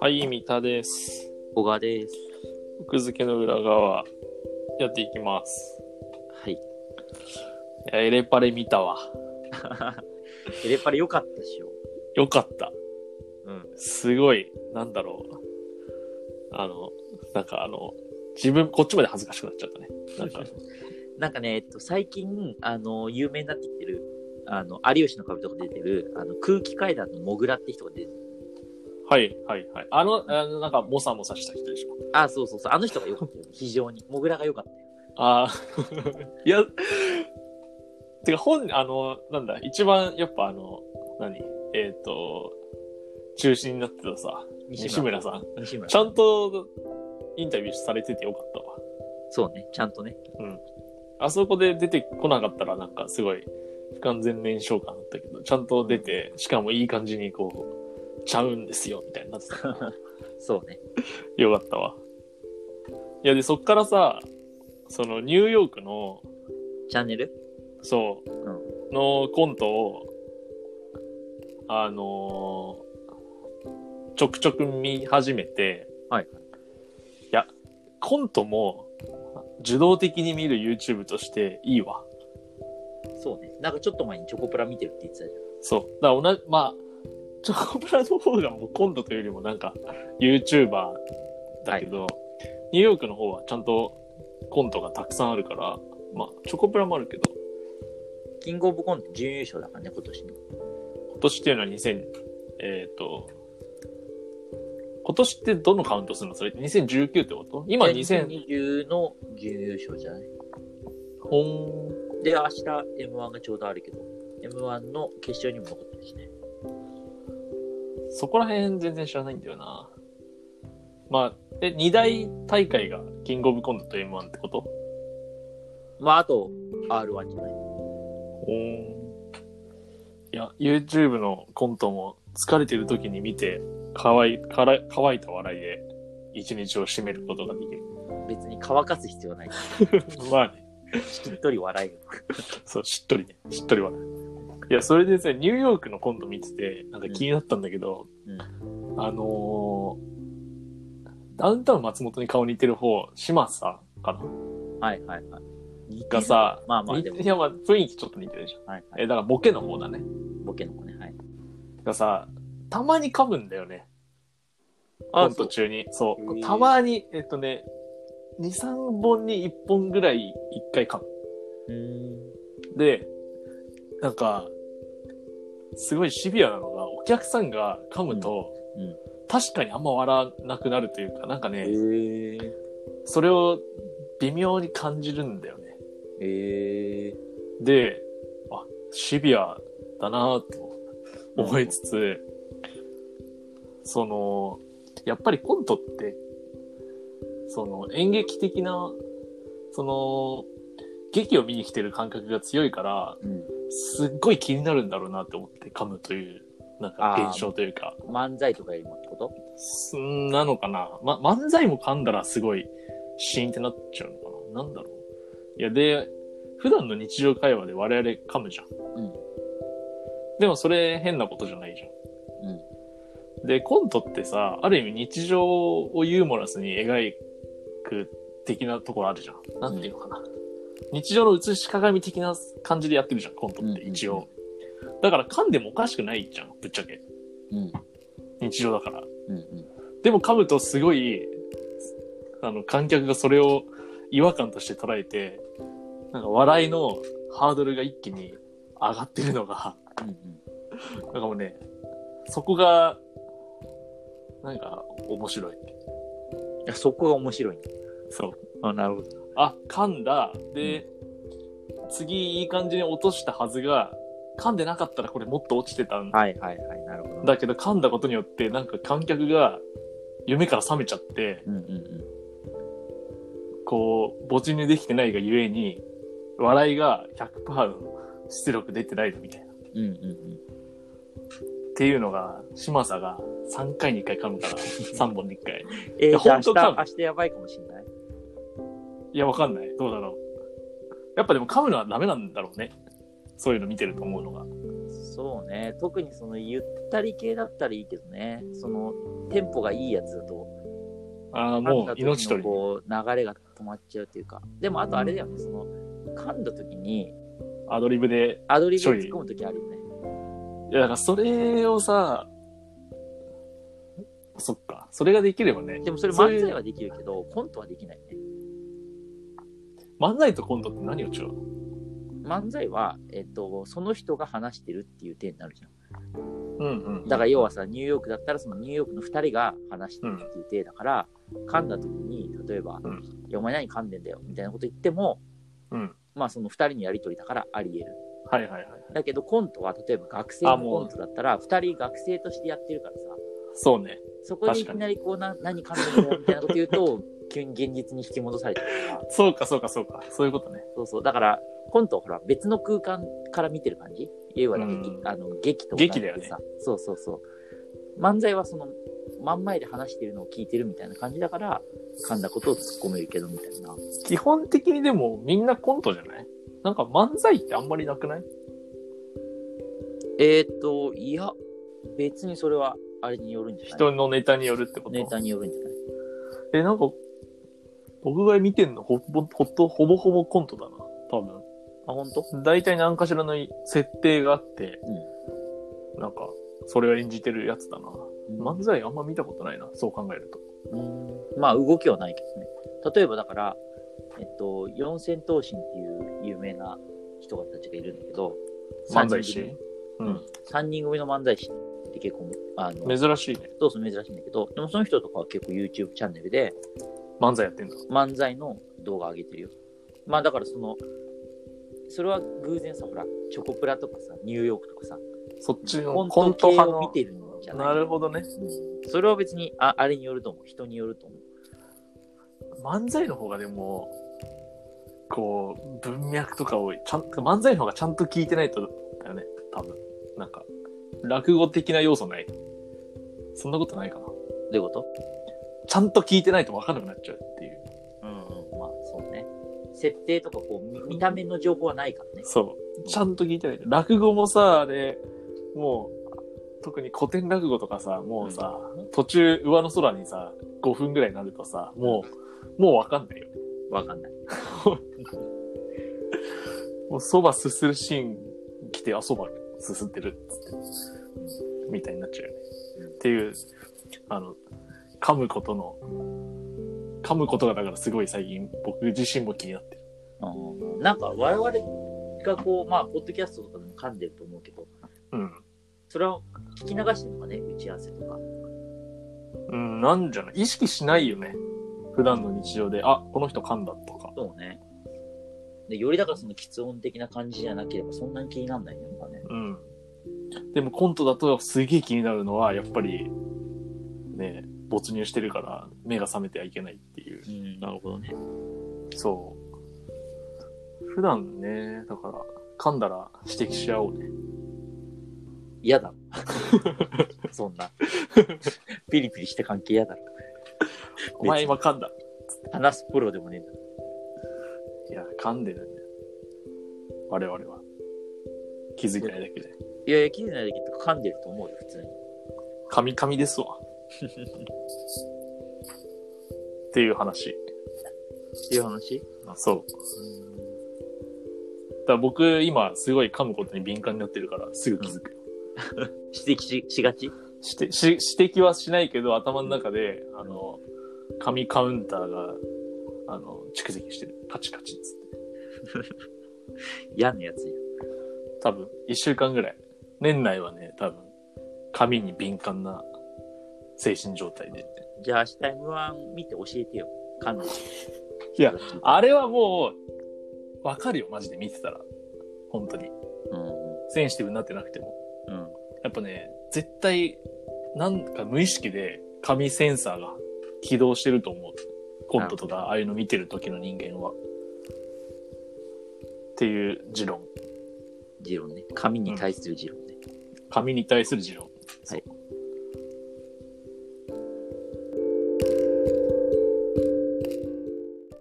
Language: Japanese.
はい、三田です。小川です。奥付けの裏側、やっていきます。はい。いや、エレパレ見たわ。エレパレ良かったっしょ。よかった。うん。すごい、なんだろう。あの、なんかあの、自分、こっちまで恥ずかしくなっちゃったね。なんか、なんかね、えっと、最近、あの、有名になってきてる、あの、有吉の壁とか出てる、あの、空気階段のモグラって人が出てる。はい、はい、はい。あの、あのなんか、もさもさした人でしょ。あ、そうそうそう。あの人が良か ったよね。非常に。モグラが良かったよ。ああ、いや、てか本、あの、なんだ、一番やっぱあの、何えっ、と、中心になってたさ、西村さん。西村ちゃんとインタビューされててよかったわ。そうね。ちゃんとね。あそこで出てこなかったらなんかすごい不完全燃焼感だったけど、ちゃんと出て、しかもいい感じにこう、ちゃうんですよ、みたいに なってたから。そうね。よかったわ。いや、で、そっからさ、そのニューヨークの、チャンネルそうう、ん。のコントを、あのーちょくちょく見始めて、はい。いや、コントも、受動的に見る YouTube としていいわ。そうね。なんかちょっと前にチョコプラ見てるって言ってたじそう。だから同じ、まあ、チョコプラの方がもうコントというよりもなんか、YouTuber だけど、ニューヨークの方はちゃんとコントがたくさんあるから、まあ、チョコプラもあるけど、ゃん。キングオブコント準優勝だからね、今年の。今年っていうのは2000、えっ、と、今年ってどのカウントするのそれ2019ってこと今2000、 2020の準優勝じゃないほんで、明日 M1 がちょうどあるけど、M1 の決勝にも残ってるしね。そこら辺全然知らないんだよな。まあ、え、二大大会がキングオブコントと M1 ってことまあ、あと、R1 じゃない。おいや、YouTube のコントも疲れてる時に見て、かわい、から、乾いた笑いで一日を締めることができる。 別に乾かす必要はない。まあね、しっとり笑える。そう、しっとりね、しっとり笑う。いや、それでさ、ニューヨークのコント見てて、なんか気になったんだけど、あのーダウンタウン松本に顔似てる方、島さんかなはいはいはい。似がさ、まあまあ似でもいや、まあ、雰囲気ちょっと似てるじゃん。はいはえ、い、だからボケの方だね。ボケの子ね。はい。がさ、たまに噛むんだよね。コント中に。そうへーたまに、えっとね、2、3本に1本ぐらい1回噛む。うーで、なんか、すごいシビアなのが、お客さんが噛むと、うんうん確かにあんま笑わなくなるというか、なんかね、ん。へそれを微妙に感じるんだよね。え。へえ。で、あ、シビアだなぁと思いつつ、その、やっぱりコントって、その演劇的な、その、劇を見に来てる感覚が強いから、うん。すっごい気になるんだろうなって思って噛むという、なんかあー現象というか、漫才とかよりもってことすなのかな、ま、漫才も噛んだらすごいシーンってなっちゃうのかななんだろういや、で、普段の日常会話で我々噛むじゃん。うん。でもそれ変なことじゃないじゃうん。ん。で、コントってさ、ある意味日常をユーモラスに描く的なところあるじゃん。なんていうのかな。日常の映し鏡的な感じでやってるじゃん、コントって一応。だから噛んでもおかしくないじゃん、ぶっちゃけ。うん。日常だから。うん。うん。でも噛むとすごい、あの、観客がそれを違和感として捉えて、なんか笑いのハードルが一気に上がってるのが、うん。なんかもうね、そこが、なんか面白い。いや、そこが面白いね。そう。あ、なるほど。あ、噛んだ。で、次いい感じに落としたはずが、噛んでなかったらこれもっと落ちてたんだ。はいはいはい。なるほど。だけど噛んだことによって、なんか観客が夢から覚めちゃって、うんうんうん。こう、没入できてないがゆえに、笑いが100%の出力出てないみたいな。っうんうんうん。ていうのが、嶋佐が3回に1回噛む から、3本に1回。えやー、じゃあ本明当か日、明日やばいかもしんないいや、わかんない。どうだろう。やっぱでも噛むのはダメなんだろうね。そういうの見てると思うのが。そうね。特にそのゆったり系だったらいいけどね。そのテンポがいいやつだと、ああ、噛んもだう時命取のりに。こう流れが止まっちゃうというか。でもあとあれだよね。その噛んだ時にアドリブで。アドリブで突っ込む時あるよね。いや、だからそれをさ、そっか。それができればね。でもそれそうい漫う才はできるけど、コントはできないね。漫才とコントって何が違うの漫才は、えっと、その人が話してるっていう点になるじゃん。うんうん。だから要はさ、ニューヨークだったら、そのニューヨークの2人が話してるっていう体だから、噛んだ時に、例えば、うんいや、お前何噛んでんだよ、みたいなこと言っても、うん。まあその2人のやりとりだからあり得る。はいはいはい。だけどコントは、例えば学生あのもうコントだったら、2人学生としてやってるからさ、そうね。そこでい確かきになりこうな、何噛んでんだよ、みたいなこと言 うと、急に現実に引き戻されてるから、そうかそうかそうか。そういうことね。そうそう。だから、コントはほら、別の空間から見てる感じ要はなんか、うんあの劇とか劇だよねさそうそうそう。漫才はその、真ん前で話してるのを聞いてるみたいな感じだから、噛んだことを突っ込めるけど、みたいな。基本的にでもみんなコントじゃないなんか漫才ってあんまりなくないえーっと、いや、別にそれは、あれによるんじゃない人のネタによるってこと。ネタによるんじゃないえ、なんか、僕が見てんのほぼ、ほと、ほぼほぼコントだな。多あ、本当？分。大体何かしらの設定があって、うなんか、それを演じてるやつだな。ん。漫才あんま見たことないな。そう考えると。うんまあ、動きはないけどね。例えばだから、えっと、四千頭身っていう有名な人たちがいるんだけど、漫才師ううんん。、 3人組の漫才師って結構、あの、珍しいね。そうそう珍しいんだけど、でもその人とかは結構 YouTube チャンネルで漫才やってんだ。漫才の動画上げてるよ。まあだからその、それは偶然さ、ほら、チョコプラとかさ、ニューヨークとかさ、そっちコのンコントト系派をの見。てるんじゃないなるほどね。うんそれは別にあ、あれによると思う。人によると思う。漫才の方がでも、こう、文脈とかを、ちゃんと、漫才の方がちゃんと聞いてないと、だよね、多分。なんか、落語的な要素ない。そんなことないかな。どういうことちゃんと聞いてないと分かんなくなっちゃうっていう。うん、まあそうね。設定とかこう見、見た目の情報はないからね。そう。ちゃんと聞いてない。落語もさ、あれ、もう、特に古典落語とかさ、もうさ、途中、上の空にさ、5分ぐらいになるとさ、もう、もう分かんないよね。わかんない。もうそばすするシーン来て、あ、そばすすってるっつって、みたいになっちゃうよね。っていう、あの、噛むことの、噛むことがだからすごい最近僕自身も気になってる。うんなんか我々がこう、まあ、ポッドキャストとかでも噛んでると思うけど、うん。それを聞き流してるのかね、打ち合わせとか。うん、なんじゃない意識しないよね。普段の日常で、あ、この人噛んだとか。そうね。で、よりだからその喫音的な感じじゃなければ、そんなに気にならないね、なんかね。うん。でもコントだとすげえ気になるのは、やっぱり、ね、没入してるから目が覚めてはいけないっていう。うん、なるほどね。そう。普段ね、だから、噛んだら指摘し合おうね。嫌だ。 そんな。ピリピリした関係嫌だ。お前今噛んだ。話すプロでもねえんだ。いや、噛んでるんだよ。我々は。気づいてないだけで。いやいや、気にないだけど、噛んでると思うよ、普通に。噛み噛みですわ。 っていう話。っていう話そう。だから僕、今、すごい噛むことに敏感になってるから、すぐ気づくよ。指摘ししがちしてし指摘はしないけど、頭の中で、あの、紙カウンターが、あの、蓄積してる。カチカチっつって。嫌なやつや。多分、一週間ぐらい。年内はね、多分、紙に敏感な精神状態で。じゃあ明日 M1 見て教えてよ。噛んでる。いや、あれはもう、わかるよ、マジで見てたら。本当に。うん。センシティブになってなくても。うん。やっぱね、絶対、なんか無意識で紙センサーが起動してると思う。コントとなか、るああいうの見てる時の人間は。っていう持論。持論ね。紙に対する持論ね。紙に対する持論。